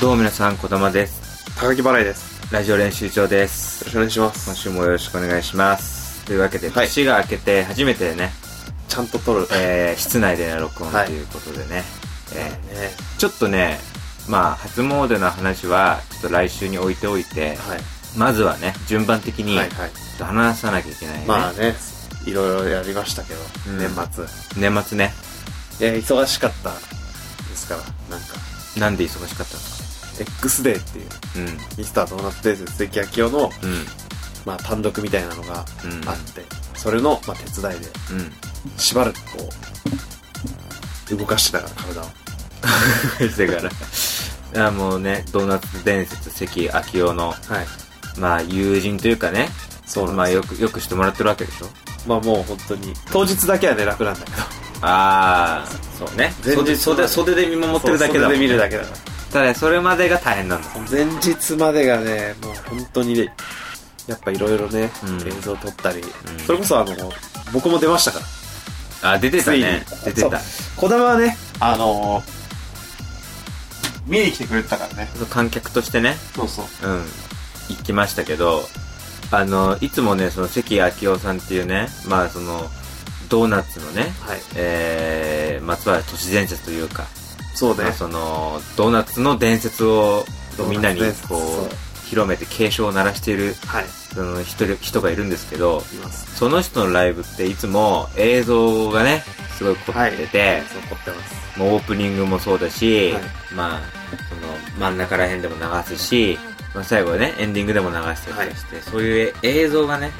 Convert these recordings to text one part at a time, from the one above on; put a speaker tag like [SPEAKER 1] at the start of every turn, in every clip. [SPEAKER 1] どうも皆さん、こだまです。
[SPEAKER 2] 高木払いです。
[SPEAKER 1] ラジオ練習場です
[SPEAKER 2] よ。ろしくお願いします。
[SPEAKER 1] 今週もよろしくお願いします。というわけで、
[SPEAKER 2] はい
[SPEAKER 1] 年が明けて初めてね、
[SPEAKER 2] ちゃんと撮る。
[SPEAKER 1] えー、室内での録音
[SPEAKER 2] はい
[SPEAKER 1] ということでね、え
[SPEAKER 2] ね
[SPEAKER 1] ーちょっとね、まあ、初詣の話は、ちょっと来週に置いておいて、
[SPEAKER 2] はい。
[SPEAKER 1] まずはね、順番的に、
[SPEAKER 2] はいはい。
[SPEAKER 1] ちょっと話さなきゃいけないね。
[SPEAKER 2] まあね、いろいろやりましたけど、
[SPEAKER 1] うん
[SPEAKER 2] 年末。
[SPEAKER 1] 年末ね、
[SPEAKER 2] いや、忙しかったですから、なんか、
[SPEAKER 1] なんで忙しかったの
[SPEAKER 2] X デーっていう、
[SPEAKER 1] う
[SPEAKER 2] ミスタードーナツ伝説関明夫の、
[SPEAKER 1] ん、
[SPEAKER 2] まあ単独みたいなのが
[SPEAKER 1] うん、うん、
[SPEAKER 2] あって、それの、まあ手伝いで、
[SPEAKER 1] うん。
[SPEAKER 2] しばらくこう、動かしてたから、体を。
[SPEAKER 1] してから。いやもうね、ドーナツ伝説関明夫の、
[SPEAKER 2] はい。
[SPEAKER 1] まあ友人というかね、
[SPEAKER 2] そう
[SPEAKER 1] まあ
[SPEAKER 2] なんですよ。
[SPEAKER 1] よく、よくしてもらってるわけでしょ
[SPEAKER 2] まあもう本当に、当日だけはね、楽なんだけど。
[SPEAKER 1] ああ、そうね。
[SPEAKER 2] 前
[SPEAKER 1] 袖、
[SPEAKER 2] 日
[SPEAKER 1] 袖、袖で見守ってるだけだもん、
[SPEAKER 2] そう袖で見るだけだから。
[SPEAKER 1] ただ、それまでが大変なんだ。
[SPEAKER 2] 前日までがね、もう本当にね、やっぱいろいろね、
[SPEAKER 1] うん
[SPEAKER 2] 映像撮ったり、
[SPEAKER 1] ん
[SPEAKER 2] それこそあの、僕も出ましたから。
[SPEAKER 1] あ、出てたね。
[SPEAKER 2] つい
[SPEAKER 1] 出
[SPEAKER 2] に
[SPEAKER 1] てた。
[SPEAKER 2] そう児玉はね、あのー、見に来てくれてたからね。
[SPEAKER 1] 観客としてね、
[SPEAKER 2] そうそう。
[SPEAKER 1] うん、行きましたけど、あの、いつもね、その関明夫さんっていうね、まあその、ドーナツのね、
[SPEAKER 2] はい。
[SPEAKER 1] えー、まつわる都市伝説というか、
[SPEAKER 2] そうね
[SPEAKER 1] まあ。そのドーナツの伝説を
[SPEAKER 2] ドーナツ
[SPEAKER 1] みんなに
[SPEAKER 2] 伝説
[SPEAKER 1] こ
[SPEAKER 2] そう
[SPEAKER 1] う広めて警鐘を鳴らしている
[SPEAKER 2] はい。
[SPEAKER 1] その一人人がいるんですけど
[SPEAKER 2] います。
[SPEAKER 1] その人のライブっていつも映像がねすごい凝ってて、
[SPEAKER 2] そう、撮ってます。
[SPEAKER 1] もうオープニングもそうだし、
[SPEAKER 2] はい
[SPEAKER 1] まあその真ん中ら辺でも流すし、まあ、最後はねエンディングでも流してたりして、そういう映像がね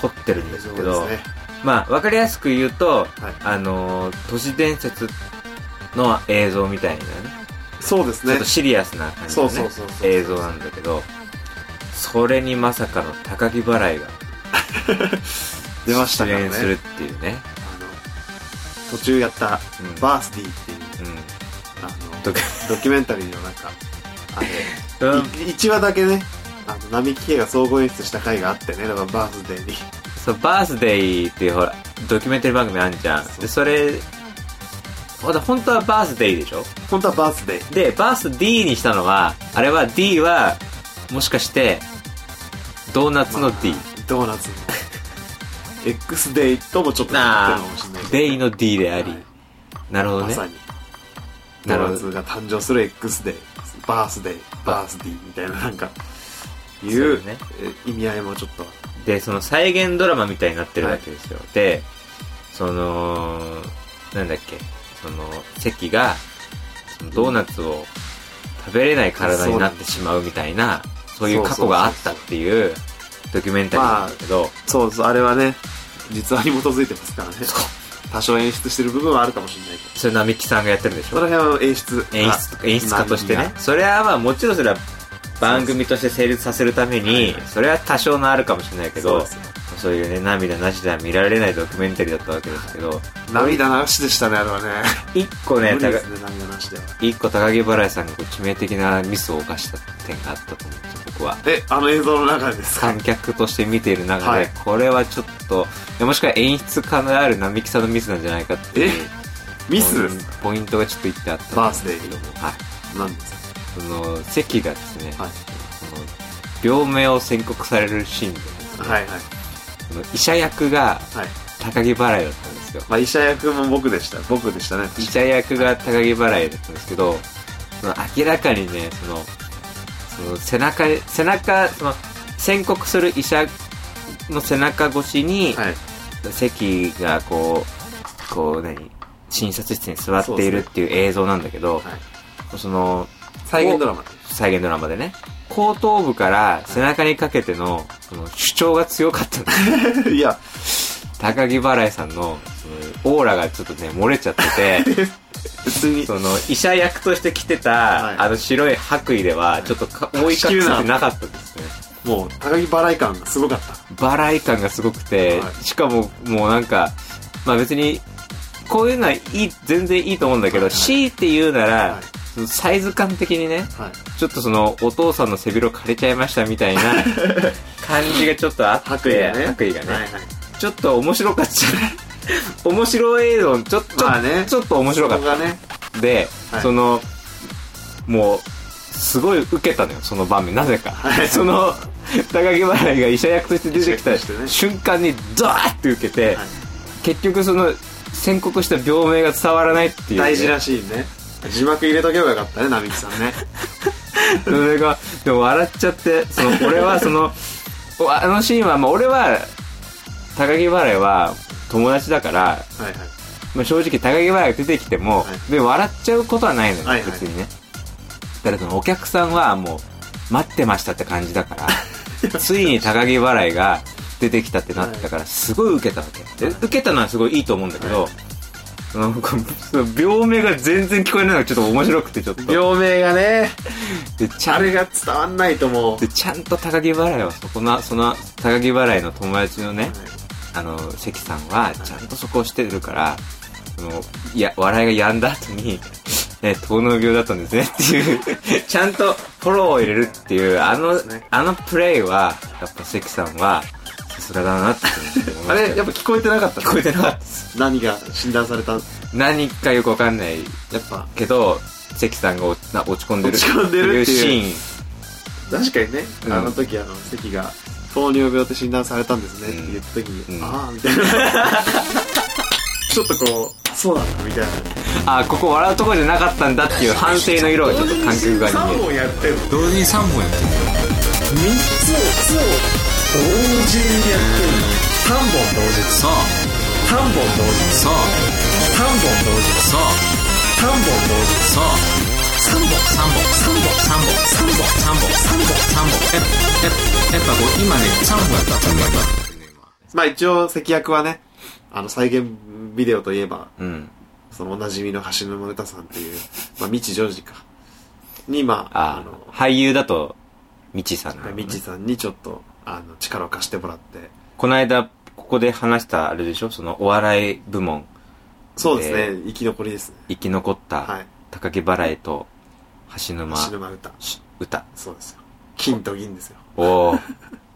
[SPEAKER 1] 凝ってるんですけど
[SPEAKER 2] そうですね。
[SPEAKER 1] まあわかりやすく言うと
[SPEAKER 2] はい。
[SPEAKER 1] あのー都市伝説の映像みたいなね
[SPEAKER 2] そうです
[SPEAKER 1] ちょっ
[SPEAKER 2] ね
[SPEAKER 1] と。シリアスな感じ
[SPEAKER 2] そ
[SPEAKER 1] の
[SPEAKER 2] うそう
[SPEAKER 1] ね
[SPEAKER 2] そうそう。
[SPEAKER 1] 映像なんだけどそれにまさかの高木払いが
[SPEAKER 2] 出ました
[SPEAKER 1] 出
[SPEAKER 2] からね
[SPEAKER 1] 演。するっていうね
[SPEAKER 2] あの、途中やった、
[SPEAKER 1] うん
[SPEAKER 2] バースディっていう、
[SPEAKER 1] う
[SPEAKER 2] あの、
[SPEAKER 1] ドキ
[SPEAKER 2] ドキュメンタリーのなんか、あ れ、
[SPEAKER 1] んうん
[SPEAKER 2] い一話だけね、あの、並木家が総合演出した回があってね、だからバースデーに。
[SPEAKER 1] そうバースデーっていうほらドキュメンタリー番組あんじゃん
[SPEAKER 2] そう
[SPEAKER 1] でそれほら本当はバースデーでしょ
[SPEAKER 2] 本当はバースデー。
[SPEAKER 1] でバース D にしたのはあれは D はもしかしてドーナツの D、
[SPEAKER 2] まあドーナツの。X デイともちょっと似てるかもしれないけど。
[SPEAKER 1] デイの D であり、
[SPEAKER 2] はい
[SPEAKER 1] なるほど
[SPEAKER 2] ま
[SPEAKER 1] ね
[SPEAKER 2] さに。ドーナツが誕生する X デイ、バースデー、バースディみたいななんか、い
[SPEAKER 1] そううね
[SPEAKER 2] え意味合いもちょっと。
[SPEAKER 1] でその再現ドラマみたいになってるわけですよ、でそのなんだっけその関がそのドーナツを食べれない体になってしまうみたいなそういう過去があったっていうドキュメンタリーなんだけど、
[SPEAKER 2] そうそう、あれはね、実話に基づいてますからね。多少演出してる部分はあるかもしれないけど。
[SPEAKER 1] それ並木さんがやってるんでし
[SPEAKER 2] そ
[SPEAKER 1] ょ
[SPEAKER 2] の辺は演出。
[SPEAKER 1] 演出演出家として
[SPEAKER 2] 何
[SPEAKER 1] ね
[SPEAKER 2] が。
[SPEAKER 1] それはまあもちろんそれは番組として成立させるためにそれは多少のあるかもしれないけ
[SPEAKER 2] そう
[SPEAKER 1] ど
[SPEAKER 2] ですよ
[SPEAKER 1] そういうね涙なしでは見られないドキュメンタリーだったわけですけど
[SPEAKER 2] 涙流しでしたね、あれはね。
[SPEAKER 1] 一個ね
[SPEAKER 2] 無理ですね、涙流しでは。
[SPEAKER 1] 一個高木払いさんがこう致命的なミスを犯した点があったと思うんですよ僕は
[SPEAKER 2] え、あの映像の中でですか
[SPEAKER 1] 観客として見ている中で、
[SPEAKER 2] はい
[SPEAKER 1] これはちょっといやもしくは演出家のある並木さんのミスなんじゃないかっていう
[SPEAKER 2] ミスですか
[SPEAKER 1] ポインポイントがちょっと一点あった
[SPEAKER 2] バースデーに
[SPEAKER 1] はい
[SPEAKER 2] なんです
[SPEAKER 1] その関がですね、
[SPEAKER 2] かはい。
[SPEAKER 1] その病名を宣告されるシーンでですね、
[SPEAKER 2] はいはい。
[SPEAKER 1] その医者役が
[SPEAKER 2] はい。
[SPEAKER 1] 高木払いだったんですよ
[SPEAKER 2] まあ、医者役も僕でした。僕でしたね。
[SPEAKER 1] 医者役が高木払いだったんですけど、その明らかにね、その、その背中、背中、その、宣告する医者の背中越しに、
[SPEAKER 2] はい。
[SPEAKER 1] 席がこう、こう何、診察室に座っているっていう映像なんだけど、
[SPEAKER 2] はい。
[SPEAKER 1] その、
[SPEAKER 2] 再現ドラマ。
[SPEAKER 1] 再現ドラマでね、後頭部から背中にかけての、その主張が強か ったんです
[SPEAKER 2] いや、
[SPEAKER 1] 高木払いさんの、そのオーラがちょっとね、漏れちゃってて、
[SPEAKER 2] 別に。
[SPEAKER 1] その医者役として着てた、
[SPEAKER 2] はい
[SPEAKER 1] あの白い白衣ではちょっとか覆い隠せてなかったですね
[SPEAKER 2] もう、高木払い感がすごかった。
[SPEAKER 1] バラエ感がすごくて、
[SPEAKER 2] はい
[SPEAKER 1] しかももうなんかまあ別にこういうのはいい全然いいと思うんだけど、
[SPEAKER 2] はいはい
[SPEAKER 1] 強いて言うなら、
[SPEAKER 2] はい
[SPEAKER 1] そのサイズ感的にね
[SPEAKER 2] はい。
[SPEAKER 1] ちょっとそのお父さんの背広借りちゃいましたみ たいな感じがちょっとあって
[SPEAKER 2] 白衣がね。
[SPEAKER 1] 白衣がね
[SPEAKER 2] はいはい。
[SPEAKER 1] ちょっと面白かった面白映像ちょっと、
[SPEAKER 2] まあね。
[SPEAKER 1] ちょっと面白かった
[SPEAKER 2] そこがね。
[SPEAKER 1] で、
[SPEAKER 2] はい
[SPEAKER 1] そのもうすごい受けたのよその場面なぜか その高木払いが医者役として出てきた
[SPEAKER 2] 医者役としてね
[SPEAKER 1] 瞬間にドワーって受けて、
[SPEAKER 2] はい
[SPEAKER 1] 結局その宣告した病名が伝わらないっていうね、
[SPEAKER 2] 大事なシーンね字幕入れとけばよかったね並木さんね
[SPEAKER 1] それがでも笑っちゃってそ の俺はそのおあのシーンは、まあ、俺は高木払いは友達だから、
[SPEAKER 2] はいはい
[SPEAKER 1] まあ、正直高木払いが出てきても、
[SPEAKER 2] はい
[SPEAKER 1] で笑っちゃうことはないのよ、
[SPEAKER 2] はいはい
[SPEAKER 1] 別にねだからそのお客さんはもう待ってましたって感じだから ついに高木払いが出てきたってなったからすごい受けたわけで受けたのはすごいいいと思うんだけど、そのこうその病名が全然聞こえないのがちょっと面白くてちょっと
[SPEAKER 2] 病名がね
[SPEAKER 1] でちゃ
[SPEAKER 2] あ
[SPEAKER 1] ん
[SPEAKER 2] れが伝わんないともう
[SPEAKER 1] でちゃんと高木払いはそこのその高木払いの友達のねあの関さんはちゃんとそこをしてるからそのいや笑いが止んだ後に 「え糖尿病だったんですね」っていう ちゃんとフォローを入れるっていうあの
[SPEAKER 2] そうですね
[SPEAKER 1] あのプレイはやっぱ関さんはさすがだなって思い
[SPEAKER 2] あ
[SPEAKER 1] まし
[SPEAKER 2] れ
[SPEAKER 1] た
[SPEAKER 2] やっ
[SPEAKER 1] よ
[SPEAKER 2] ぱ聞こえてなかった
[SPEAKER 1] 聞こえてなかったです
[SPEAKER 2] 何が診断されたやっ
[SPEAKER 1] 何かよくわかんない
[SPEAKER 2] ぱ
[SPEAKER 1] けど関さんがおな落ち込んでる
[SPEAKER 2] 落ち込んでるっていう
[SPEAKER 1] シーン
[SPEAKER 2] 確かにね、
[SPEAKER 1] うん
[SPEAKER 2] あの時あの関が糖尿病って診断されたんですねって言った時に、
[SPEAKER 1] うん
[SPEAKER 2] ああみたいな ちょっとこうそうなんだみたいな
[SPEAKER 1] あここ笑うとこじゃなかったんだっていう反省の色がちょっと感覚が
[SPEAKER 2] 3
[SPEAKER 1] 見える
[SPEAKER 2] 本やってる
[SPEAKER 1] 同時に3本やって
[SPEAKER 2] 3つを同
[SPEAKER 1] そうそうそうそう3本3本3本3本3
[SPEAKER 2] 時にやってる3本同時3本同時3本同時3本同時
[SPEAKER 1] 本3本3本ええやっぱこう今ね3本やった3本やっ
[SPEAKER 2] まあ一応関役はねあの再現ビデオといえば
[SPEAKER 1] たうん
[SPEAKER 2] そのおなじみの橋沼歌さんっていう、まあ、未知ジョージかにまああ
[SPEAKER 1] あ
[SPEAKER 2] の
[SPEAKER 1] 俳優だとみちさんなのね
[SPEAKER 2] みちさんにちょっとあの力を貸してもらって
[SPEAKER 1] この間ここで話したあれでしょそのお笑い部門
[SPEAKER 2] そうですね、
[SPEAKER 1] え
[SPEAKER 2] 生き残りですね
[SPEAKER 1] 生き残っ
[SPEAKER 2] は
[SPEAKER 1] た
[SPEAKER 2] い
[SPEAKER 1] 高木払いと橋沼
[SPEAKER 2] 橋沼歌
[SPEAKER 1] し歌
[SPEAKER 2] そうですよ金と銀ですよ
[SPEAKER 1] おお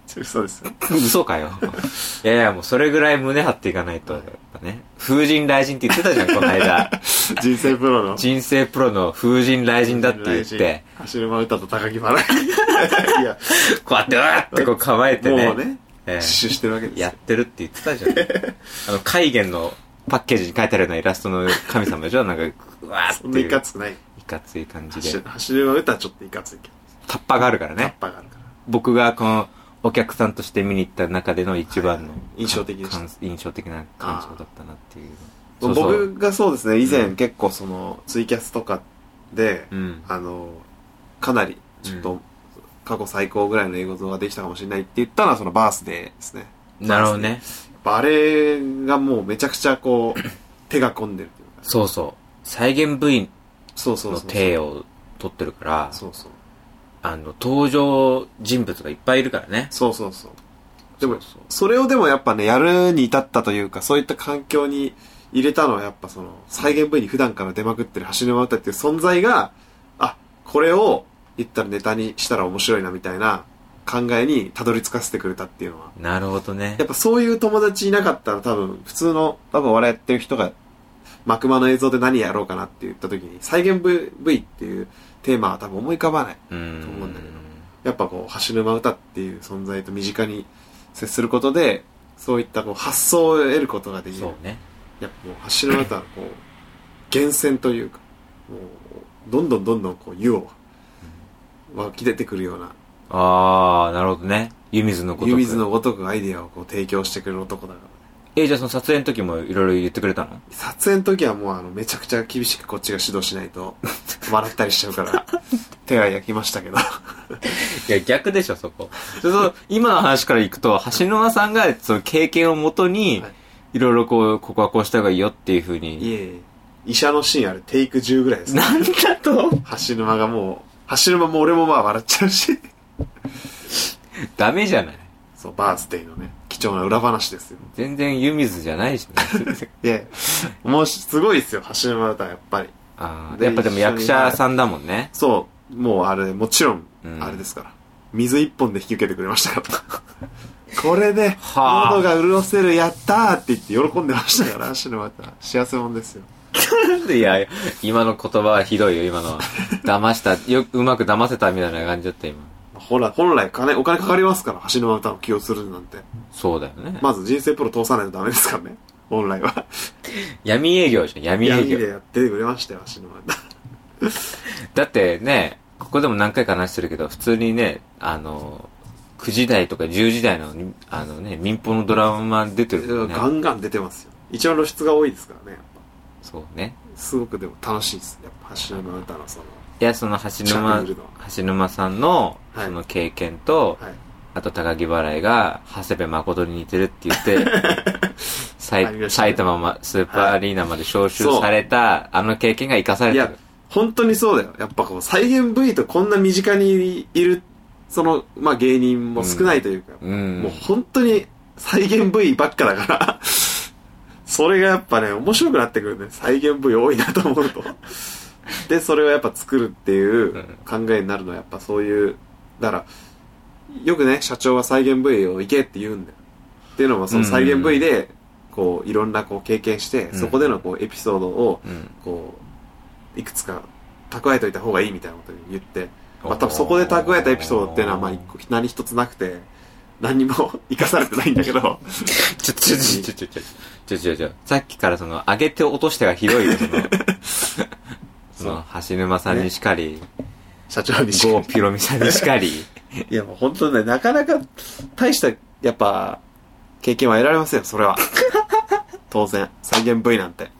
[SPEAKER 2] そうですよ
[SPEAKER 1] 嘘かよ。いやいや、もうそれぐらい胸張っていかないと、やっぱね。風神雷神って言ってたじゃん、この 間。
[SPEAKER 2] 人生プロの
[SPEAKER 1] 人生プロの風神雷神だって言って、
[SPEAKER 2] 走る馬歌と高 木払いいや
[SPEAKER 1] こうやって、わーってこう構えてね。
[SPEAKER 2] もうね
[SPEAKER 1] ええ
[SPEAKER 2] 自首してるわけですよ
[SPEAKER 1] やってるって言ってたじゃ ん。あの、海原のパッケージに書いてあるようなイラストの神様でしょなんか、うわーって
[SPEAKER 2] そ
[SPEAKER 1] い
[SPEAKER 2] ん
[SPEAKER 1] う。
[SPEAKER 2] ないかつくない
[SPEAKER 1] いかつい感じで。
[SPEAKER 2] 走る馬歌はちょっといかついけど
[SPEAKER 1] タッパがあるから
[SPEAKER 2] ラッ
[SPEAKER 1] ね。
[SPEAKER 2] パーがあるから
[SPEAKER 1] 僕がこの、お客さんとして見に行った中での一番の
[SPEAKER 2] はい印象的でした
[SPEAKER 1] 感印象的な感想だったなっていう。そうそう
[SPEAKER 2] 僕がそうですね以
[SPEAKER 1] う
[SPEAKER 2] 前
[SPEAKER 1] ん
[SPEAKER 2] 結構そのツイキャスとかで、
[SPEAKER 1] うん
[SPEAKER 2] あのかなりちょっ
[SPEAKER 1] う
[SPEAKER 2] と過去最高ぐらいの英語動画できたかもしれないって言ったのはそのバースデーですね
[SPEAKER 1] なるほどね。
[SPEAKER 2] バレーがもうめちゃくちゃこう 手が込んでるっていうか
[SPEAKER 1] そうそう。再現部員
[SPEAKER 2] そうそう
[SPEAKER 1] の
[SPEAKER 2] そうそう
[SPEAKER 1] 体を取ってるから、
[SPEAKER 2] そうそう
[SPEAKER 1] あの、登場人物がいっぱいいるからね。
[SPEAKER 2] そうそうそうでも
[SPEAKER 1] そう
[SPEAKER 2] それをでもやっぱねやるに至ったというかそういった環境に入れたのはやっぱその再現部位に普段から出まくってる橋沼歌っていう存在があこれを言ったらネタにしたら面白いなみたいな考えにたどり着かせてくれたっていうのは
[SPEAKER 1] なるほどね
[SPEAKER 2] やっ。ぱそういう友達いなかったら多分普通の多分笑ってる人が幕間の映像で何やろうかなって言った時に再現部位っていうテーマは多分思い浮かばない
[SPEAKER 1] うん。
[SPEAKER 2] と思うんだけどやっぱこう橋沼歌っていう存在と身近に接することでそういったこう発想を得ることができる
[SPEAKER 1] そうね。
[SPEAKER 2] やっぱもう橋沼歌はこう厳選というかもうどんどんどんどんこう湯を湧き出てくるような
[SPEAKER 1] あー、なるほどね。湯水のこと
[SPEAKER 2] 湯水のごとくアイディアをこう提供してくれる男だから
[SPEAKER 1] え、じゃあその撮影の時もいろいろ言ってくれたの
[SPEAKER 2] 撮影の時はもうあのめちゃくちゃ厳しくこっちが指導しな いと笑ったりしちゃうから手は焼きましたけど
[SPEAKER 1] いや、逆でしょ、そこ。そうそう、今の話からいくと、橋沼さんがその経験をもとに
[SPEAKER 2] はい、
[SPEAKER 1] いろいろこう、ここはこうした方がいいよっていうふう
[SPEAKER 2] い
[SPEAKER 1] に。
[SPEAKER 2] えいえ医者のシーンあれテイク10ぐらいですね
[SPEAKER 1] なんだと
[SPEAKER 2] 橋沼がもう、橋沼も俺もまあ笑っちゃうし。
[SPEAKER 1] ダメじゃない
[SPEAKER 2] そう、バースデーのね、貴重な裏話ですよ。
[SPEAKER 1] 全然湯水じゃないし ね。
[SPEAKER 2] いや、もうしすごいですよ、橋沼歌はやっぱり。
[SPEAKER 1] ああ、
[SPEAKER 2] で
[SPEAKER 1] やっぱでも役者さんだもんね。
[SPEAKER 2] そう、もうあれ、もちろん
[SPEAKER 1] う、ん
[SPEAKER 2] あれですから。水一本で引き受けてくれましたから。 これで、
[SPEAKER 1] はあ
[SPEAKER 2] 喉が潤せる、やったーって言って喜んでましたから、橋沼歌は。幸せもんですよ。
[SPEAKER 1] いや、今の言葉はひどいよ、今のは。騙した、よく、うまく騙せたみたいな感じだった、今。
[SPEAKER 2] ほら、本来金、お金かかりますから、橋沼歌を起用するなんて。
[SPEAKER 1] そうだよね。
[SPEAKER 2] まず人生プロ通さないとダメですからね。本来は。
[SPEAKER 1] 闇営業じゃん、闇営
[SPEAKER 2] 闇
[SPEAKER 1] 業。
[SPEAKER 2] でやってくれましたよ、橋沼歌。
[SPEAKER 1] だってね、ここでも何回か話してるけど、普通にね、あの、9時台とか10時台の、あのね、民放のドラマ出てるもんね。
[SPEAKER 2] ガンガン出てますよ。一番露出が多いですからね、やっぱ。
[SPEAKER 1] そうね。
[SPEAKER 2] すごくでも楽しいです。やっぱ橋沼歌のその、
[SPEAKER 1] いや、その橋沼
[SPEAKER 2] 近くにいるのは、
[SPEAKER 1] 橋沼さんの、
[SPEAKER 2] はい
[SPEAKER 1] その経験と、
[SPEAKER 2] はい。
[SPEAKER 1] あと高木払いが、長谷部誠に似てるって言 って、さい
[SPEAKER 2] ありましたね
[SPEAKER 1] 埼玉まスーパーアリーナまで招集された、あの経験が生かされ
[SPEAKER 2] い
[SPEAKER 1] て
[SPEAKER 2] や
[SPEAKER 1] る。、
[SPEAKER 2] 本当にそうだよ。やっぱこう、再現部位とこんな身近にいる、その、まあ芸人も少ないというか、
[SPEAKER 1] うん。
[SPEAKER 2] もう本当に再現部位ばっかだから、 それがやっぱね、面白くなってくるね。再現部位多いなと思うと。で、それをやっぱ作るっていう考えになるのはやっぱそういう、だから、よくね、社長は再現部位を行けって言うんだよ。っていうのも、その再現部位で、こう、いろんなこう経験して、
[SPEAKER 1] うん
[SPEAKER 2] そこでのこう、エピソードを、
[SPEAKER 1] うん。
[SPEAKER 2] こういくつか蓄えといた方がいいみたいなことを言って、まあ、多分そこで蓄えたエピソードっていうのはまあ一個何一つなくて何にも生かされてないんだけど
[SPEAKER 1] ちょ、ちょ、ちょ、ちょ、ちょ、ちょ、ちょ、ちょ、ちょ、さっきからその、上げて落としてがひどいよ、そ の、その、橋沼さんにしかり、
[SPEAKER 2] 社長にし
[SPEAKER 1] 郷ピロミさんにしかり、
[SPEAKER 2] いやもう本当ねなかなか大したやっぱ経験は得られませんよそ れは当然再現部位なんて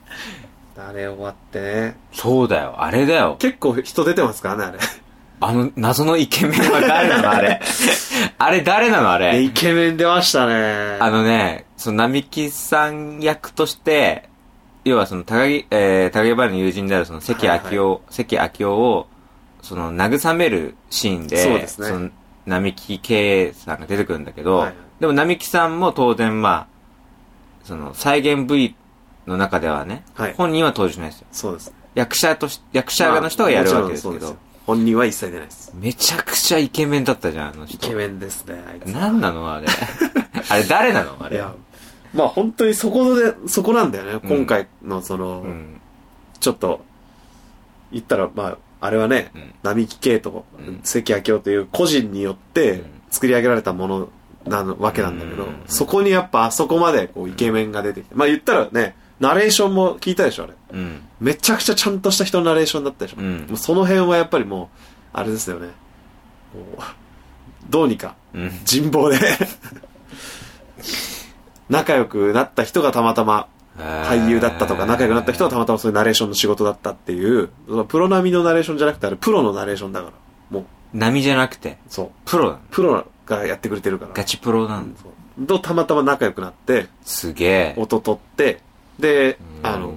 [SPEAKER 2] あれ終わってね
[SPEAKER 1] そうだよ、あれだよ。
[SPEAKER 2] 結構人出てますからねあれ
[SPEAKER 1] あの、謎のイケメンは誰なの、あ れ。あれ誰なの、あれ。
[SPEAKER 2] イケメン出ましたね
[SPEAKER 1] あのね、その、並木さん役として、要はその、高木、えー、高木原の友人であるその、関
[SPEAKER 2] はいはい
[SPEAKER 1] 明夫、関明夫を、その、慰めるシーンで、
[SPEAKER 2] そうですね
[SPEAKER 1] の、並木圭さんが出てくるんだけど、
[SPEAKER 2] はいはい
[SPEAKER 1] でも並木さんも当然、まあ、その、再現部位の中ではね、
[SPEAKER 2] はい
[SPEAKER 1] 本人は登場しないですよ。
[SPEAKER 2] そうです
[SPEAKER 1] 役者とし、役者の人がやるわけです
[SPEAKER 2] まあ
[SPEAKER 1] け
[SPEAKER 2] もちろんそう
[SPEAKER 1] ど
[SPEAKER 2] よ、本人は一切出ないです
[SPEAKER 1] めちゃくちゃイケメンだったじゃん、あの
[SPEAKER 2] イ
[SPEAKER 1] 人
[SPEAKER 2] ケ。メンですねあいつ
[SPEAKER 1] 何な のあれ。あれ誰なのあ
[SPEAKER 2] い
[SPEAKER 1] れ。
[SPEAKER 2] や、まあ本当にそこで、そこなんだよね。
[SPEAKER 1] うん
[SPEAKER 2] 今回のその、
[SPEAKER 1] うん。
[SPEAKER 2] ちょっと、言ったら、まあ、あれはね、
[SPEAKER 1] うん
[SPEAKER 2] 並木圭と
[SPEAKER 1] うん
[SPEAKER 2] 関明夫という個人によっ
[SPEAKER 1] う
[SPEAKER 2] て
[SPEAKER 1] ん
[SPEAKER 2] 作り上げられたものなのわけなんだけど、
[SPEAKER 1] うん
[SPEAKER 2] そこにやっぱあそこまでこうイケメンが出てきて、まあ言ったらね、ナレーションも聞いたでしょ、あれ。
[SPEAKER 1] うん。
[SPEAKER 2] めちゃくちゃちゃんとした人のナレーションだったでしょ。
[SPEAKER 1] うん
[SPEAKER 2] もうその辺はやっぱりもう、あれですよね。こう、どうにか
[SPEAKER 1] うん。
[SPEAKER 2] 人望で仲良くなった人がたまたま俳
[SPEAKER 1] 俳
[SPEAKER 2] 優だったとか仲良くなった人がたまたまそういうナレーションの仕事だったっていうそのプロ並みのナレーションじゃなくてあれプロのナレーションだからもう
[SPEAKER 1] 波じゃなくて、
[SPEAKER 2] そう
[SPEAKER 1] プロなの。
[SPEAKER 2] プロがやってくれてるから
[SPEAKER 1] ガチプロな
[SPEAKER 2] うんん
[SPEAKER 1] だ。
[SPEAKER 2] そうとたまたま仲良くなって
[SPEAKER 1] すげえ。
[SPEAKER 2] 音取ってで
[SPEAKER 1] うん
[SPEAKER 2] あの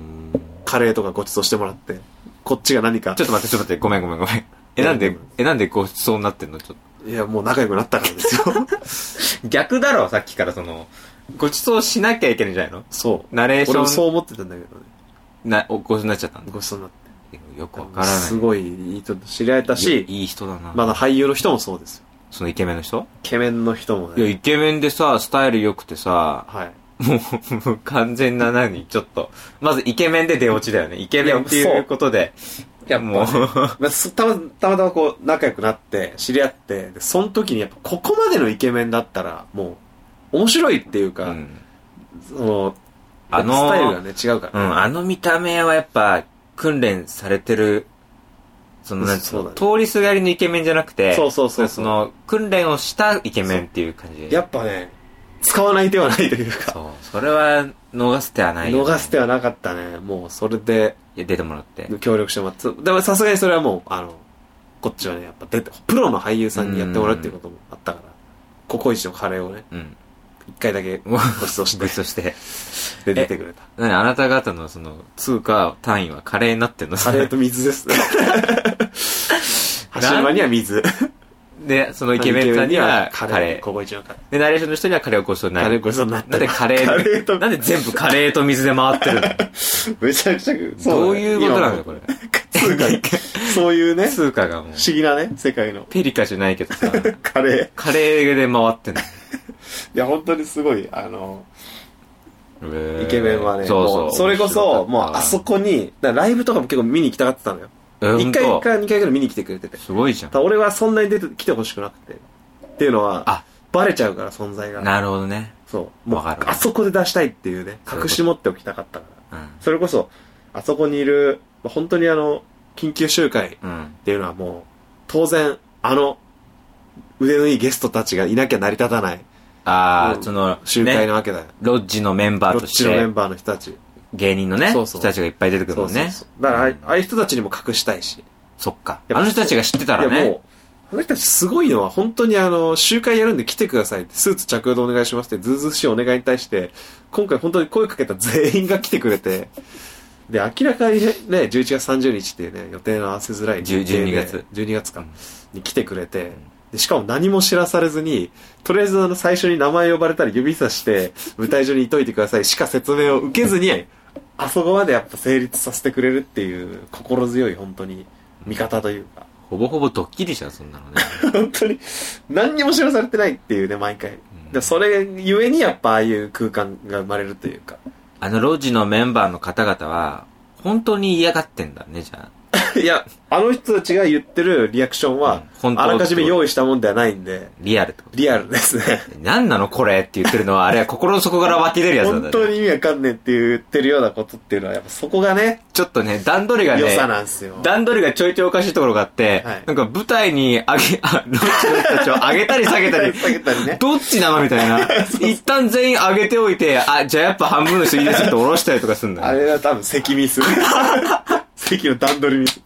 [SPEAKER 2] カレーとかごちそうしてもらってこっちが何か
[SPEAKER 1] ちょっと待って、ちょっと待って、ごめんごめんごめん。え、なんで、え、なんでごちそうになってんのちょっ
[SPEAKER 2] いやもう仲良くなったからですよ
[SPEAKER 1] と。逆だろ、さっきからその、ごちそうしなきゃいけないんじゃないの
[SPEAKER 2] そう
[SPEAKER 1] ナレーシ
[SPEAKER 2] 俺もそう
[SPEAKER 1] ョ
[SPEAKER 2] 思ってたんだけどね
[SPEAKER 1] ン、な、おごちそうになっちゃったんだ。
[SPEAKER 2] ごちそうになって
[SPEAKER 1] よくわからない。
[SPEAKER 2] すごいいい人と知り合えたし
[SPEAKER 1] いいい人だな。
[SPEAKER 2] まだ俳優の人もそうですよ。
[SPEAKER 1] そのイケメンの人
[SPEAKER 2] イケメンの人も
[SPEAKER 1] いや、
[SPEAKER 2] ね。
[SPEAKER 1] イケメンでさ、スタイル良くてさ、
[SPEAKER 2] はい。
[SPEAKER 1] もう、もう完全な何ちょっと。まずイケメンで出落ちだよね。イケメンっていうことで。いや、もう。
[SPEAKER 2] まあ、そたまたまたまこう、仲良くなって、知り合って、で、その時にやっぱ、ここまでのイケメンだったら、もう、面白いっていうか、
[SPEAKER 1] うん
[SPEAKER 2] その、
[SPEAKER 1] あのー
[SPEAKER 2] スタイルがね、違うか
[SPEAKER 1] う
[SPEAKER 2] ら。
[SPEAKER 1] ん、あの見た目はやっぱ、訓練されてる、その、なんつ
[SPEAKER 2] そうだね
[SPEAKER 1] 通りすがりのイケメンじゃなくて、
[SPEAKER 2] そうそうそうそう
[SPEAKER 1] その、訓練をしたイケメンっていう感じで。
[SPEAKER 2] やっぱね、使わない手はないというか、
[SPEAKER 1] そう。それは、逃す手はないよね、
[SPEAKER 2] 逃す手はなかったね。もう、それで、
[SPEAKER 1] いや出てもらって。
[SPEAKER 2] 協力してもらって、でもさすがにそれはもう、あの、こっちはね、やっぱ出て、プロの俳優さんにやってもらうっていうこともあったから、ココイチのカレーをね、
[SPEAKER 1] うん。
[SPEAKER 2] 一回だけ
[SPEAKER 1] もう
[SPEAKER 2] ごちそうし
[SPEAKER 1] ご
[SPEAKER 2] て
[SPEAKER 1] ち、そうして。
[SPEAKER 2] で出てくれた。
[SPEAKER 1] なに、あなた方の、その、通貨単位はカレーになってんの
[SPEAKER 2] カレーと水 ですね。走る間には水。
[SPEAKER 1] で、そのイケメンさんにはカレー。
[SPEAKER 2] ココイチのカレー。
[SPEAKER 1] で、ナレーションの人にはカレーをごちそうにな
[SPEAKER 2] カレー
[SPEAKER 1] る。
[SPEAKER 2] ごちそうになって
[SPEAKER 1] なんでカレー、
[SPEAKER 2] カレーと
[SPEAKER 1] なんで全部カレーと水で回って るの
[SPEAKER 2] めちゃくちゃ、
[SPEAKER 1] どういうことなの
[SPEAKER 2] よ
[SPEAKER 1] これ。。
[SPEAKER 2] 通貨にそういうね、不
[SPEAKER 1] 通貨がもう、
[SPEAKER 2] 思議なね、世界の。
[SPEAKER 1] ペリカじゃないけど さ、
[SPEAKER 2] カレ
[SPEAKER 1] カレーで回ってんの。
[SPEAKER 2] ー。いや、本当にすごい、あの、イケメンはね、
[SPEAKER 1] そう
[SPEAKER 2] も
[SPEAKER 1] そうう。
[SPEAKER 2] それこそ、もうあそこに、だからライブとかも結構見に行きたがってたのよ。
[SPEAKER 1] うん
[SPEAKER 2] 一回
[SPEAKER 1] ほんと
[SPEAKER 2] か二回ぐらい見に来てくれてて。
[SPEAKER 1] すごいじゃ
[SPEAKER 2] ただ俺はそんなに出て、来てほしくなくて。っていうのは、
[SPEAKER 1] あ
[SPEAKER 2] バレちゃうから存在が。
[SPEAKER 1] ん。なるほどね。
[SPEAKER 2] そう。もう、
[SPEAKER 1] わかる
[SPEAKER 2] あそこで出したいっていうね、
[SPEAKER 1] そういうこと
[SPEAKER 2] 隠し持っておきたかったから。
[SPEAKER 1] うん。
[SPEAKER 2] それこそ、あそこにいる、まあ本当にあの、緊急集会っ
[SPEAKER 1] うん。
[SPEAKER 2] ていうのはもう、当然、あの、腕のいいゲストたちがいなきゃ成り立たない
[SPEAKER 1] あ
[SPEAKER 2] う
[SPEAKER 1] あ、
[SPEAKER 2] ん
[SPEAKER 1] その、
[SPEAKER 2] 集会
[SPEAKER 1] ね
[SPEAKER 2] なわけだよ。
[SPEAKER 1] ロッジのメンバ
[SPEAKER 2] ロ
[SPEAKER 1] ー
[SPEAKER 2] ッ
[SPEAKER 1] とし
[SPEAKER 2] チのメ
[SPEAKER 1] て
[SPEAKER 2] ン、バーの人たち。
[SPEAKER 1] 芸人のね、
[SPEAKER 2] そうそう
[SPEAKER 1] 人たちがいっぱい出てくる
[SPEAKER 2] そ
[SPEAKER 1] も
[SPEAKER 2] うんそう
[SPEAKER 1] ね。
[SPEAKER 2] そう。だからあ
[SPEAKER 1] う
[SPEAKER 2] い
[SPEAKER 1] ん、
[SPEAKER 2] ああいう人たちにも隠したいし。
[SPEAKER 1] そっか。
[SPEAKER 2] やっぱ
[SPEAKER 1] あの人たちが知ってたら
[SPEAKER 2] いや
[SPEAKER 1] ね
[SPEAKER 2] も。う、あの人たちすごいのは、本当にあの、集会やるんで来てくださいって、スーツ着用でお願いしますって、ずうずうしいお願いに対して、今回本当に声かけた全員が来てくれて、で、明らかにね、11月30日っていうね、予定の合わせづらい日程で
[SPEAKER 1] 10 12月。
[SPEAKER 2] 12月か
[SPEAKER 1] うん。
[SPEAKER 2] に来てくれて、でしかも何も知らされずに、とりあえずあの、最初に名前呼ばれたら指さして、舞台上にいといてくださいしか説明を受けずに、あそこまでやっぱ成立させてくれるっていう、心強い本当に、味方というか。
[SPEAKER 1] ほぼほぼドッキリじゃん、そんなのね。
[SPEAKER 2] 本当に何にも知らされてないっていうね毎回、でそれゆえにやっぱああいう空間が生まれるという か
[SPEAKER 1] あのロッジのメンバーの方々は、本当に嫌がってんだね、じゃ
[SPEAKER 2] いやあの人たちが言ってるリアクションは、
[SPEAKER 1] うん本当
[SPEAKER 2] あらかじめ用意したもんではないんで
[SPEAKER 1] あ。リアルってこと。
[SPEAKER 2] リアルです ね
[SPEAKER 1] 何なのこれって言ってるのは、あれは心の底から湧き出るやつなんだ
[SPEAKER 2] 本
[SPEAKER 1] ね。
[SPEAKER 2] 当に意味わかんねえって言ってるようなことっていうのはやっぱそこがね
[SPEAKER 1] ちょっとね、段取りが
[SPEAKER 2] 良さ
[SPEAKER 1] ね、
[SPEAKER 2] なんですよ
[SPEAKER 1] 段取りがちょいちょいおかしいところがあって、
[SPEAKER 2] はい
[SPEAKER 1] なんか舞台に上げ、あ ロッチの人たちを上げたり下げたり、
[SPEAKER 2] 下げたりね
[SPEAKER 1] どっちなのみたい な。一旦全員上げておいて、あ、じゃあやっぱ半分の人いいですって下ろしたりとかするんだ
[SPEAKER 2] あ
[SPEAKER 1] よね。
[SPEAKER 2] れは多分 席ミス席の段取りミス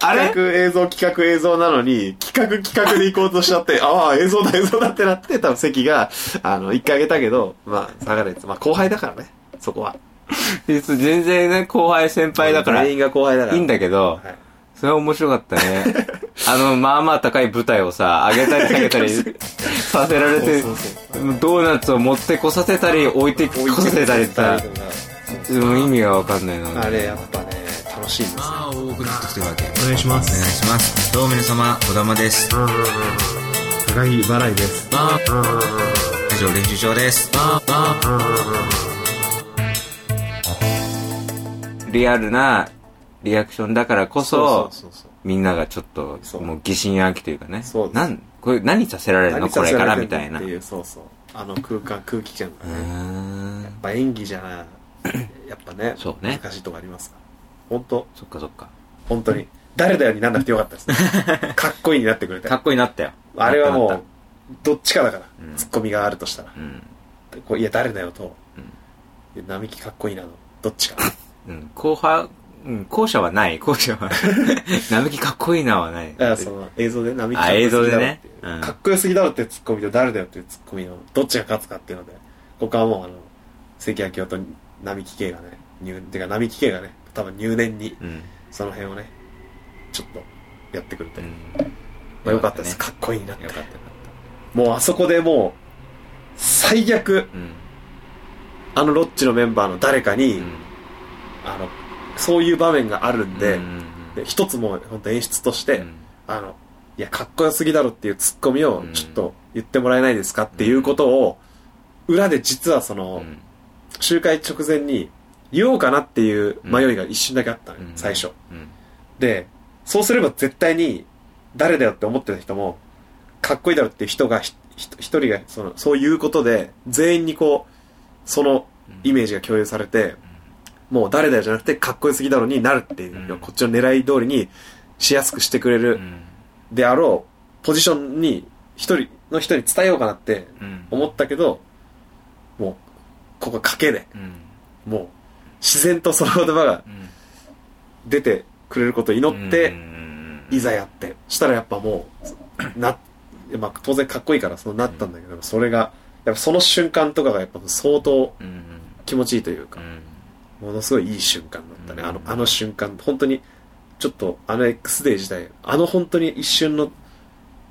[SPEAKER 1] あれ
[SPEAKER 2] 企画映像企画映像なのに、企画企画で行こうとしちゃって、ああ、映像だ映像だってなって、多分席が、あの、一回あげたけど、まあ、下がるやつ。まあ、後輩だからね、そこは。
[SPEAKER 1] 全然ね、後輩先輩だから、
[SPEAKER 2] 全
[SPEAKER 1] い
[SPEAKER 2] 員が後輩だから。
[SPEAKER 1] いんだけど、
[SPEAKER 2] はい
[SPEAKER 1] それは面白か ったね。あの、まあまあ高い舞台をさ、上げたり下げたりさせられて
[SPEAKER 2] そうそう、
[SPEAKER 1] ドーナツを持ってこさせたり、置いてこさせたりさ、でも意味がわかんないな。
[SPEAKER 2] あれ、やっぱね、楽しいんですよ。
[SPEAKER 1] あー多くなってきてるわけ。
[SPEAKER 2] お願いしま
[SPEAKER 1] お願い。します。どうも皆様、小玉です。
[SPEAKER 2] 高木払いです。
[SPEAKER 1] 以上、練習場です。リアルなリアクションだからこそ、
[SPEAKER 2] そうそうそう。
[SPEAKER 1] みんながちょっと
[SPEAKER 2] そ、う
[SPEAKER 1] もう疑心暗鬼というかね。
[SPEAKER 2] そうです
[SPEAKER 1] なん、これ何させられるの
[SPEAKER 2] 何
[SPEAKER 1] こ
[SPEAKER 2] さ
[SPEAKER 1] れ
[SPEAKER 2] せ
[SPEAKER 1] から
[SPEAKER 2] れ
[SPEAKER 1] み
[SPEAKER 2] て
[SPEAKER 1] たい
[SPEAKER 2] んの
[SPEAKER 1] な。
[SPEAKER 2] っ
[SPEAKER 1] う
[SPEAKER 2] ていう、そうそう。あの空間、空気感がね。
[SPEAKER 1] ー
[SPEAKER 2] やっ
[SPEAKER 1] ん。
[SPEAKER 2] ぱ演技じゃな、やっぱね、
[SPEAKER 1] そうね
[SPEAKER 2] 難しいとこありますから。本当
[SPEAKER 1] そっかそっか。
[SPEAKER 2] 本当に。誰だよになんなくてよかっ たですね。かっこいいになってくれて
[SPEAKER 1] か。っこいいなったよ。
[SPEAKER 2] あれはも
[SPEAKER 1] なっ
[SPEAKER 2] う、どっちかだから、
[SPEAKER 1] うん
[SPEAKER 2] ツッコミがあるとしたら
[SPEAKER 1] た。なった。
[SPEAKER 2] こういや、誰だよと、
[SPEAKER 1] うん
[SPEAKER 2] いや並木かっこいいなの、どっ ちか。
[SPEAKER 1] うん。うん。後半、うん、後者はない。 後者は。並木かっこいいなはない。
[SPEAKER 2] だからその映像で並木
[SPEAKER 1] あ
[SPEAKER 2] かっこよ
[SPEAKER 1] 映
[SPEAKER 2] す
[SPEAKER 1] 像
[SPEAKER 2] ぎ
[SPEAKER 1] で
[SPEAKER 2] だろっ
[SPEAKER 1] ね
[SPEAKER 2] ていう。
[SPEAKER 1] うん
[SPEAKER 2] かっこよすぎだろっていうツッコミと誰だよっていうツッコミの、どっちが勝つかっていうので、ここはもうあの、関明夫と並木系がね、入、てか並木系がね、多分入念に、
[SPEAKER 1] うん。
[SPEAKER 2] その辺をね、ちょっと、やってくれて。
[SPEAKER 1] うん
[SPEAKER 2] まあよかったです。
[SPEAKER 1] よか
[SPEAKER 2] かっこいいなっ
[SPEAKER 1] ったね
[SPEAKER 2] て
[SPEAKER 1] よ。かっ
[SPEAKER 2] もうあそこでもう、最悪、
[SPEAKER 1] た。うん。
[SPEAKER 2] あのロッチのメンバーの誰かに、あの、そういう場面があるんで、で一つもう本当演出として、あの、いや、かっこよすぎだろっていうツッコミを
[SPEAKER 1] うん
[SPEAKER 2] ちょっと言ってもらえないですかっていうことを、裏で実はその、集会直前に言おうかなっていう迷いが一瞬だけあったのよ、最初。で、そうすれば絶対に、誰だよって思ってた人も、かっこいいだろっていう人がひ、ひ一人が、その、そういうことで、全員にこう、そのイメージが共有されて、もう誰だよじゃなくて、かっこよすぎだろになるっていう、
[SPEAKER 1] うん
[SPEAKER 2] こっちの狙い通りにしやすくしてくれるであろう、ポジションに、一人の人に伝えようかなって思ったけど、もう、ここ賭けで、もう、自然とその言葉が出てくれることを祈って、いざやって。したらやっぱもう、な、まあ当然かっこいいからそうなったんだけど、それが、やっぱその瞬間とかがやっぱ相当気持ちいいというか、ものすごいいい瞬間だったね。
[SPEAKER 1] うん
[SPEAKER 2] あの、あの瞬間、本当に、ちょっとあの X デー自体、あの本当に一瞬の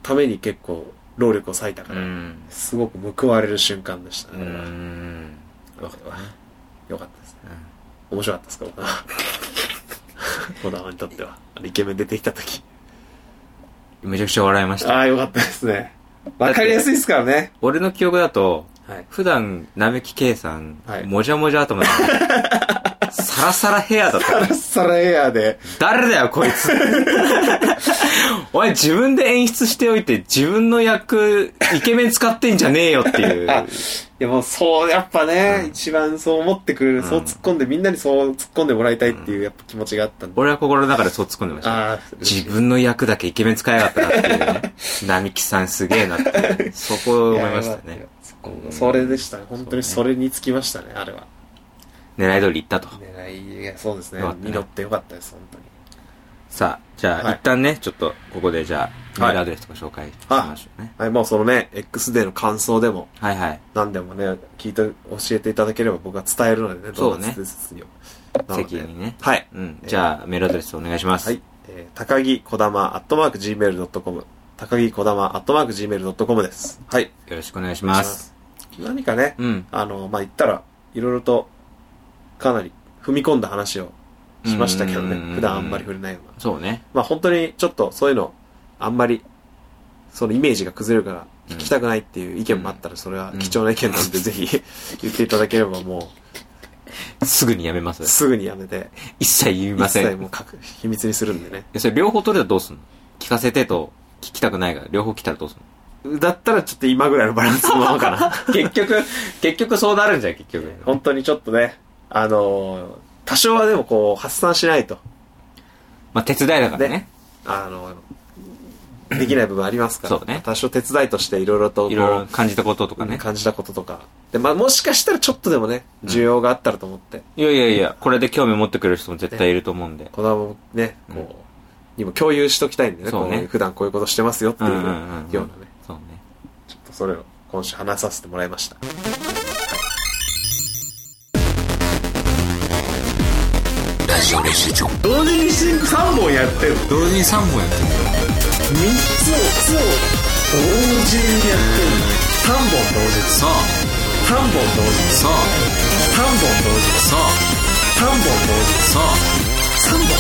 [SPEAKER 2] ために結構労力を割いたから、すごく報われる瞬間でしたね。よかったですね。面白かったですか、小田小田にとっては。あのイケメン出てきた時。
[SPEAKER 1] めちゃくちゃ笑いました
[SPEAKER 2] ああ、よかったですね。わかりやすいですからね。
[SPEAKER 1] 俺の記憶だと
[SPEAKER 3] はい。
[SPEAKER 1] 普段、なめきけいさん、
[SPEAKER 3] はい
[SPEAKER 1] もじゃもじゃ頭なのサラサラヘアだった。
[SPEAKER 2] サラエアで、
[SPEAKER 1] 誰だよ、こいつ。お前自分で演出しておいて、自分の役、イケメン使ってんじゃねえよっていう。
[SPEAKER 2] いやもうそう、やっぱね、
[SPEAKER 1] うん
[SPEAKER 2] 一番そう思ってくれる、
[SPEAKER 1] うん
[SPEAKER 2] そう突っ込んで、みんなにそう突っ込んでもらいたいっていう、やっぱ気持ちがあったんで。
[SPEAKER 1] 俺は心の中でそう突っ込んでました。
[SPEAKER 2] ああ、
[SPEAKER 1] 自分の役だけイケメン使いやがったなっていうね。並木さんすげえなって、そこを思いました
[SPEAKER 2] いや
[SPEAKER 1] ね。。
[SPEAKER 2] そこそれでしたね。本当に
[SPEAKER 1] そ
[SPEAKER 2] そうれにつきましたね、あれは。
[SPEAKER 1] 狙い通り行ったと。
[SPEAKER 2] 狙い、いや、そうですね
[SPEAKER 1] よかっ。たね
[SPEAKER 2] 実ってよかったです、本当に。
[SPEAKER 1] さあ、じゃあ、
[SPEAKER 2] はい
[SPEAKER 1] 一旦ね、ちょっと、ここでじゃあ、メ
[SPEAKER 2] はい
[SPEAKER 1] ールアドレスとか紹介しましょうね。
[SPEAKER 2] はい、もうそのね、X デーの感想でも、
[SPEAKER 1] はいはい。
[SPEAKER 2] 何でもね、聞いて、教えていただければ僕は伝えるのでね、
[SPEAKER 1] そうね
[SPEAKER 2] ドーナツですよ。なの
[SPEAKER 1] 責
[SPEAKER 2] で
[SPEAKER 1] 任ね。
[SPEAKER 2] はい。
[SPEAKER 1] うん。じゃあ、メールアドレスお願いします。
[SPEAKER 2] はい。。えー、高木こだま、アットマーク Gmail.com。高木こだま、アットマーク Gmail.com です。はい。
[SPEAKER 1] よろしくお願いします。
[SPEAKER 2] 何かね、
[SPEAKER 1] うん。
[SPEAKER 2] あの、まあ、言ったら、いろいろと、かなり踏み込んだ話をしましたけど
[SPEAKER 1] うんう
[SPEAKER 2] ね
[SPEAKER 1] んうんうん。
[SPEAKER 2] 普段あんまり触れないような。
[SPEAKER 1] そうね。
[SPEAKER 2] まあ、本当にちょっとそういうの、あんまり、そのイメージが崩れるから、聞きたくないっていう意見もあったら、それは貴重な意見なんで、ぜひ言っていただければも
[SPEAKER 1] すぐにやめま
[SPEAKER 2] う、
[SPEAKER 1] す。
[SPEAKER 2] すぐにやめて、
[SPEAKER 1] 一切言いま
[SPEAKER 2] 一
[SPEAKER 1] せん。
[SPEAKER 2] 切もう隠秘密にするんでね。
[SPEAKER 1] えそれ両方取れたらどうすんの聞かせてと、聞きたくないが、両方来たらどうすんの
[SPEAKER 2] だったらちょっと今ぐらいのバランスのままかな。
[SPEAKER 1] 結局、結局そうなるんじゃん、結局。
[SPEAKER 2] 本当にちょっとね、あのー多少はでもこう、発散しないと、
[SPEAKER 1] まあ、手伝いだからね
[SPEAKER 2] ね。あのーできない部分ありますから、
[SPEAKER 1] そうね
[SPEAKER 2] 多少手伝いとしていろいろとこう、
[SPEAKER 1] いろいろ感じたこととかね。
[SPEAKER 2] 感じたこととか。で、まあ、もしかしたらちょっとでもね、需要があったらと思って、
[SPEAKER 1] いやいやいや、これで興味持ってくれる人も絶対いると思うんで。
[SPEAKER 2] 子供もね、こう、
[SPEAKER 1] うん
[SPEAKER 2] にも共有しときたいんでね、
[SPEAKER 1] そうね
[SPEAKER 2] こう普段こういうことしてますよっていうようなね、
[SPEAKER 1] そうね。
[SPEAKER 2] ちょっとそれを今週話させてもらいました。
[SPEAKER 1] 同時に3本やってる。
[SPEAKER 2] 同時に3本やってる3つを同時にやってる3本同時
[SPEAKER 1] そう、
[SPEAKER 2] 3本同時
[SPEAKER 1] そう、
[SPEAKER 2] 3本同時
[SPEAKER 1] そう、
[SPEAKER 2] 3本同時
[SPEAKER 1] そう。
[SPEAKER 2] 3
[SPEAKER 1] 3
[SPEAKER 2] 本
[SPEAKER 1] 本、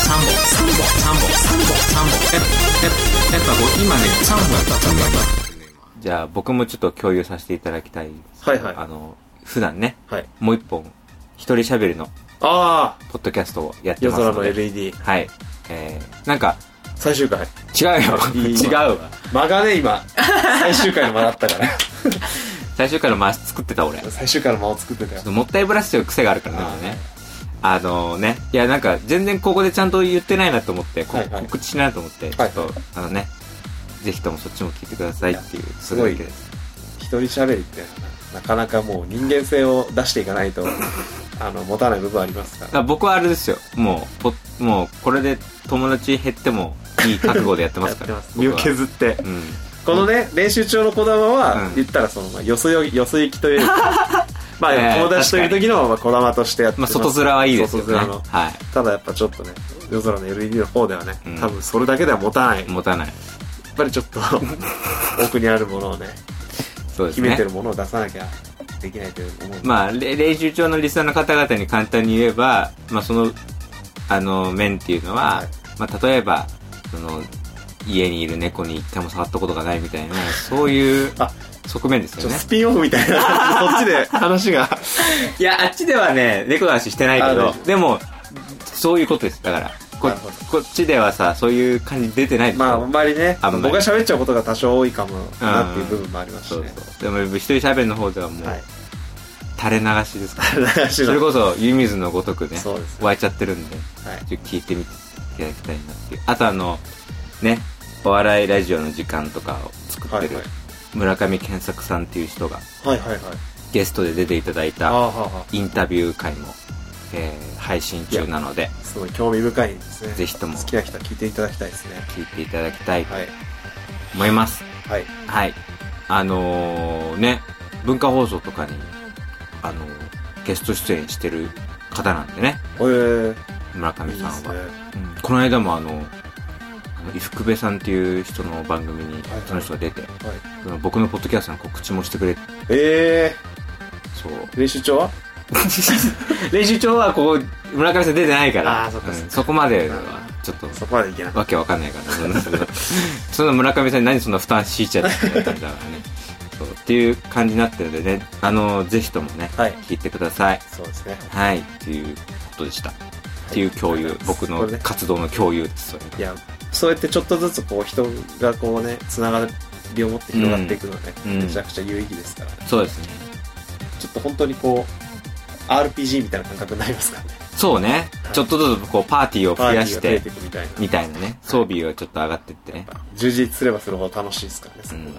[SPEAKER 1] 3本、3本、3本、3本、3本、3本。え、え、やっぱこう今ね、3本やった、3本やった。じゃあ僕もちょっと共有させていただきたいんですけど。
[SPEAKER 2] はいはい
[SPEAKER 1] あの、普段ね、
[SPEAKER 2] はい
[SPEAKER 1] もう一本、一人喋りの
[SPEAKER 2] ああ
[SPEAKER 1] ポッドキャストをやって
[SPEAKER 2] 夜
[SPEAKER 1] ます
[SPEAKER 2] 空
[SPEAKER 1] の
[SPEAKER 2] の
[SPEAKER 1] で。
[SPEAKER 2] LED
[SPEAKER 1] はい。えー、なんか、
[SPEAKER 2] 最終回
[SPEAKER 1] 違うよ。
[SPEAKER 2] いい
[SPEAKER 1] 違
[SPEAKER 2] わ
[SPEAKER 1] うわ。
[SPEAKER 2] 間がね 今最終回の間だったから
[SPEAKER 1] 最終回の回し作ってた俺。
[SPEAKER 2] 最終回の間を作ってたよ
[SPEAKER 1] もったいぶらしちゃう癖があるからね、でもね。あのね、いやなんか全然ここでちゃんと言ってないなと思って、こ
[SPEAKER 2] はいはい
[SPEAKER 1] 告知しないなと思って、ちょ
[SPEAKER 2] はい
[SPEAKER 1] っと、あのね、ぜひともそっちも聞いてくださいっていう、
[SPEAKER 2] すご
[SPEAKER 1] それ
[SPEAKER 2] い
[SPEAKER 1] だけです。
[SPEAKER 2] 一人喋りってなかなかもう人間性を出していかな いとあの持たない部分あります
[SPEAKER 1] だ
[SPEAKER 2] か
[SPEAKER 1] からら僕はあれですよ、もう、ぽもうこれで友達減ってもいい覚悟でやってますから。
[SPEAKER 2] 身を
[SPEAKER 1] 僕は
[SPEAKER 2] 削って
[SPEAKER 1] うん。
[SPEAKER 2] このね、練習中の児玉は、
[SPEAKER 1] うん
[SPEAKER 2] 言ったらその、まあ、よそよ、よそ行きというか、 まあ、
[SPEAKER 1] ええ
[SPEAKER 2] 友達といる時の、まあ、児玉としてやって
[SPEAKER 1] まあ
[SPEAKER 2] す
[SPEAKER 1] 外面はいいですよ
[SPEAKER 2] 外
[SPEAKER 1] ね。
[SPEAKER 2] 面の。
[SPEAKER 1] は
[SPEAKER 2] ただやっぱちょっとね、夜空の LED の方ではね
[SPEAKER 1] うん、
[SPEAKER 2] 多分それだけでは持たない。
[SPEAKER 1] い。
[SPEAKER 2] やっ
[SPEAKER 1] 持たない。
[SPEAKER 2] ぱりち ょっと、奥にあるものをね、
[SPEAKER 1] そうです
[SPEAKER 2] 秘
[SPEAKER 1] ね。
[SPEAKER 2] めてるものを出さなきゃできないという思う。
[SPEAKER 1] まあ、れ練習中のリスナーの方々に簡単に言えば、まあ、その、あの、面っていうのは、
[SPEAKER 2] はい
[SPEAKER 1] まあ、例えば、その、家にいる猫に一回も触ったことがないみたいな、そういう
[SPEAKER 2] あ
[SPEAKER 1] 側面です
[SPEAKER 2] ち
[SPEAKER 1] よ
[SPEAKER 2] ょっ
[SPEAKER 1] ね
[SPEAKER 2] と。スピンオフみた いな、そっちで話が。
[SPEAKER 1] いや、あっちではね、猫の話してないけ
[SPEAKER 2] あ
[SPEAKER 1] ど
[SPEAKER 2] 大丈、夫
[SPEAKER 1] でも、そういうことです。だから、こ
[SPEAKER 2] なるほど
[SPEAKER 1] こっちではさ、そういう感じ出てないですよ
[SPEAKER 2] まあ、あんまりね、
[SPEAKER 1] あんまり
[SPEAKER 2] 僕が喋っちゃうことが多少多いかもなっていう部分もありますし
[SPEAKER 1] そう
[SPEAKER 2] ね。
[SPEAKER 1] そう。でも、一人喋るの方ではもう、
[SPEAKER 2] はい。
[SPEAKER 1] 垂れ流しですから。そ
[SPEAKER 2] 話の
[SPEAKER 1] れこそ、湯水のごとくね
[SPEAKER 2] そうです、ね
[SPEAKER 1] 湧いちゃってるんで。
[SPEAKER 2] はい。
[SPEAKER 1] ちょっと聞いてみていただきたいなっていう。あとあの、ね、お笑いラジオの時間とかを作
[SPEAKER 2] は
[SPEAKER 1] っ
[SPEAKER 2] い
[SPEAKER 1] てる村上健作さんっていう人が
[SPEAKER 2] はいはいはい。
[SPEAKER 1] ゲストで出ていただい
[SPEAKER 2] ああ、
[SPEAKER 1] た
[SPEAKER 2] はあはあ。
[SPEAKER 1] インタビュー会も、えー配信中なので、
[SPEAKER 2] すごい興味深いですね。
[SPEAKER 1] ぜひとも
[SPEAKER 2] 好きな人は聞いていただきたいですね。
[SPEAKER 1] 聞いていただきたいと
[SPEAKER 2] はい。
[SPEAKER 1] 思います。
[SPEAKER 2] はい。
[SPEAKER 1] はい。あのーね、文化放送とかに、あのーゲスト出演してる方なんでね、
[SPEAKER 2] おえ
[SPEAKER 1] 村上
[SPEAKER 2] いい
[SPEAKER 1] さ
[SPEAKER 2] で
[SPEAKER 1] ん
[SPEAKER 2] すね。
[SPEAKER 1] は。
[SPEAKER 2] は
[SPEAKER 1] うんこの間もあの、あの伊福部さんっていう人の番組に
[SPEAKER 2] はいはい
[SPEAKER 1] その人が出て、
[SPEAKER 2] い。
[SPEAKER 1] その僕のポッドキャストの告知もしてくれて
[SPEAKER 2] え
[SPEAKER 1] そう
[SPEAKER 2] ー、練習帳は
[SPEAKER 1] 練習帳はこう村上さん出てないから
[SPEAKER 2] あーそっかそっか
[SPEAKER 1] んそこまではちょっと
[SPEAKER 2] そこまでいけない。
[SPEAKER 1] わけわ かんないからそのその村上さんに何そんな負担強いちゃってみたいなねそうっていう感じになってるのでね、あの、ぜひともね、
[SPEAKER 2] はい
[SPEAKER 1] 聞いてください。
[SPEAKER 2] そうですね
[SPEAKER 1] はい、っていうことでした。っていう共有、僕
[SPEAKER 2] こ
[SPEAKER 1] の
[SPEAKER 2] れね
[SPEAKER 1] 活動の共有です、それ
[SPEAKER 2] いやそうやってちょっとずつこう人がこうねつながりを持って広がっていくのはね、
[SPEAKER 1] うん
[SPEAKER 2] めちゃくちゃ有意義ですからね
[SPEAKER 1] そうですね。
[SPEAKER 2] ちょっと本当にこう RPG みたいな感覚になりますからね
[SPEAKER 1] そうね
[SPEAKER 2] は。い
[SPEAKER 1] ちょっとずつこう、パーティーを
[SPEAKER 2] パ
[SPEAKER 1] 増
[SPEAKER 2] ーティ
[SPEAKER 1] や
[SPEAKER 2] ー
[SPEAKER 1] し
[SPEAKER 2] が増え
[SPEAKER 1] て
[SPEAKER 2] てい、くみたいな
[SPEAKER 1] みたいなね、装備がちょっと上がってってね。
[SPEAKER 2] 充実すればするほど楽しいですからねそこ
[SPEAKER 1] う
[SPEAKER 2] が、
[SPEAKER 1] ん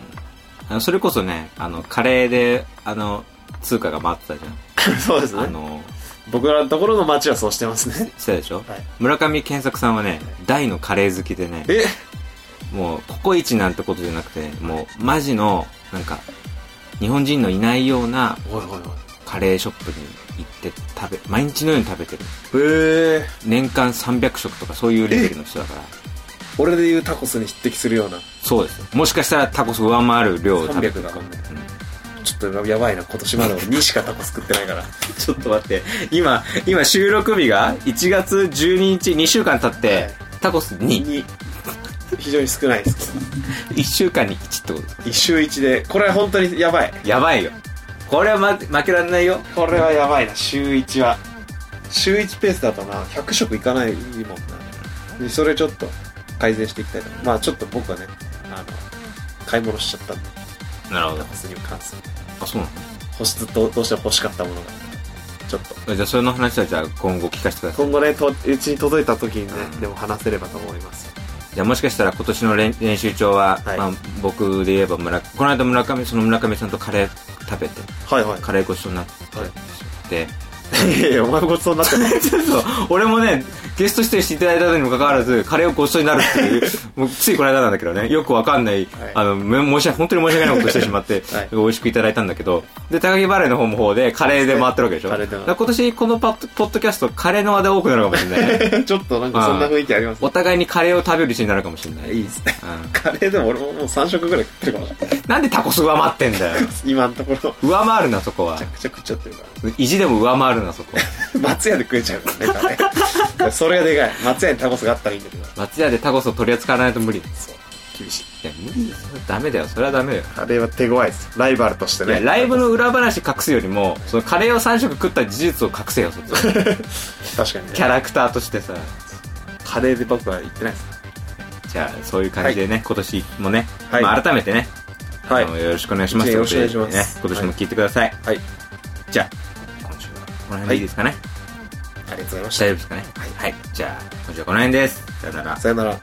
[SPEAKER 1] あのそれこそね、あの、カレーで、あの、通貨が回ってたじ
[SPEAKER 2] そうです
[SPEAKER 1] ゃん。あ
[SPEAKER 2] ね
[SPEAKER 1] の、
[SPEAKER 2] 僕らのところの街はそうしてます ね
[SPEAKER 1] したでしょ
[SPEAKER 2] はい
[SPEAKER 1] 村上健作さんはね、大のカレー好きでね、
[SPEAKER 2] え
[SPEAKER 1] もう、ココイチなんてことじゃなくて、もう、マジの、なんか、日本人のいないような
[SPEAKER 2] おいおいおい
[SPEAKER 1] カレーショップに行って食べ、毎日のように食べてる。
[SPEAKER 2] へえ
[SPEAKER 1] 年間300食とかそういうレベルの人だから。
[SPEAKER 2] 俺で言うタコスに匹敵するような
[SPEAKER 1] そうですよ。もしかしたらタコスを上回る量を食べてる。
[SPEAKER 2] 300が
[SPEAKER 1] うん
[SPEAKER 2] ちょっとやばいな今年まで俺2しかタコス食ってないから
[SPEAKER 1] ちょっと待って、今、今収録日が1月12日、2週間経って、
[SPEAKER 2] はい
[SPEAKER 1] タコス2、
[SPEAKER 2] 2非常に少ないですけど
[SPEAKER 1] 1週間に1ってことですか
[SPEAKER 2] 一週一でこれは本当にやばい
[SPEAKER 1] やばいよ。これは、ま、負けられないよ。
[SPEAKER 2] これはやばいな週一は週一ペースだとな100食いかないもんなでそれちょっと改善していきたいなまあちょっと僕はねあの買い物しちゃったんで
[SPEAKER 1] なるほ
[SPEAKER 2] タコスに関する
[SPEAKER 1] あ、そうな
[SPEAKER 2] 欲しずっとどうしても欲しかったものがちょっと
[SPEAKER 1] のじゃあ、それの話はじゃあ今後聞かせてください。
[SPEAKER 2] 今後ねとうちに届いた時にね、
[SPEAKER 1] うん
[SPEAKER 2] でも話せればと思います
[SPEAKER 1] じゃあ、もしかしたら今年の練練習帳は、
[SPEAKER 2] はい
[SPEAKER 1] まあ、僕で言えば村、この間村上、その村上さんとカレー食べて、
[SPEAKER 2] はいはい
[SPEAKER 1] カレーごちそうになった
[SPEAKER 2] はい
[SPEAKER 1] で、
[SPEAKER 2] いやいやお前 ごちそうになってない
[SPEAKER 1] ちょっと、俺もね、ゲスト出演していただいたのにもかかわらず、カレーをごちそうになるって いう、もうついこの間なんだけどね、よくわかんない、
[SPEAKER 2] はい
[SPEAKER 1] あの、め申し訳、本当に申し訳ないことしてしまって、
[SPEAKER 2] はい
[SPEAKER 1] 美味しくいただいたんだけど、で、高木バレーの方も方でカレーで回ってるわけでしょ。
[SPEAKER 2] カレーで回
[SPEAKER 1] だ
[SPEAKER 2] る
[SPEAKER 1] から今年このパッドポッドキャスト、カレーの話題多くなるかもしれ ないね。
[SPEAKER 2] ちょっとなんかそんな雰囲気あります
[SPEAKER 1] お互いにカレーを食べるうちになるかもしれない。
[SPEAKER 2] いいですね
[SPEAKER 1] うん
[SPEAKER 2] カレーでも俺ももう3食ぐらい食ってるかもしれない
[SPEAKER 1] なんでタコス上回ってんだよ。
[SPEAKER 2] 今のところ
[SPEAKER 1] 上回るな、そこは
[SPEAKER 2] めちゃ。くちゃ食っちゃってるから
[SPEAKER 1] 意地でも上回るな、そこ。
[SPEAKER 2] 松屋で食えちゃうからね多分ねそれがでかい松屋にタコスがあったらいいんだけど
[SPEAKER 1] 松屋でタコスを取り扱わないと無理。い
[SPEAKER 2] そう厳しい
[SPEAKER 1] や、無理です。ダメだよ。それはダメだよ。
[SPEAKER 2] カレーは手強いですライバルとして
[SPEAKER 1] いや
[SPEAKER 2] ね
[SPEAKER 1] ライブの裏話隠すよりもそのカレーを3食食った事実を隠せよそっち は
[SPEAKER 2] 確かにね
[SPEAKER 1] キャラクターとしてさ
[SPEAKER 2] カレーで僕は言ってないです
[SPEAKER 1] じゃあそういう感じでね、今年もね、
[SPEAKER 2] はい
[SPEAKER 1] まあ、改めてね、
[SPEAKER 2] は
[SPEAKER 1] あのよろしくお願いします
[SPEAKER 2] 一年よろしくお願いします
[SPEAKER 1] ということでね、今年も聞いてください、
[SPEAKER 2] はい
[SPEAKER 1] じゃあ今週はこの辺でいいですかね、
[SPEAKER 2] ありがとうございまし
[SPEAKER 1] 大丈夫ですかねはい、じゃあ今週はこの辺ですさよなら
[SPEAKER 2] たさよなら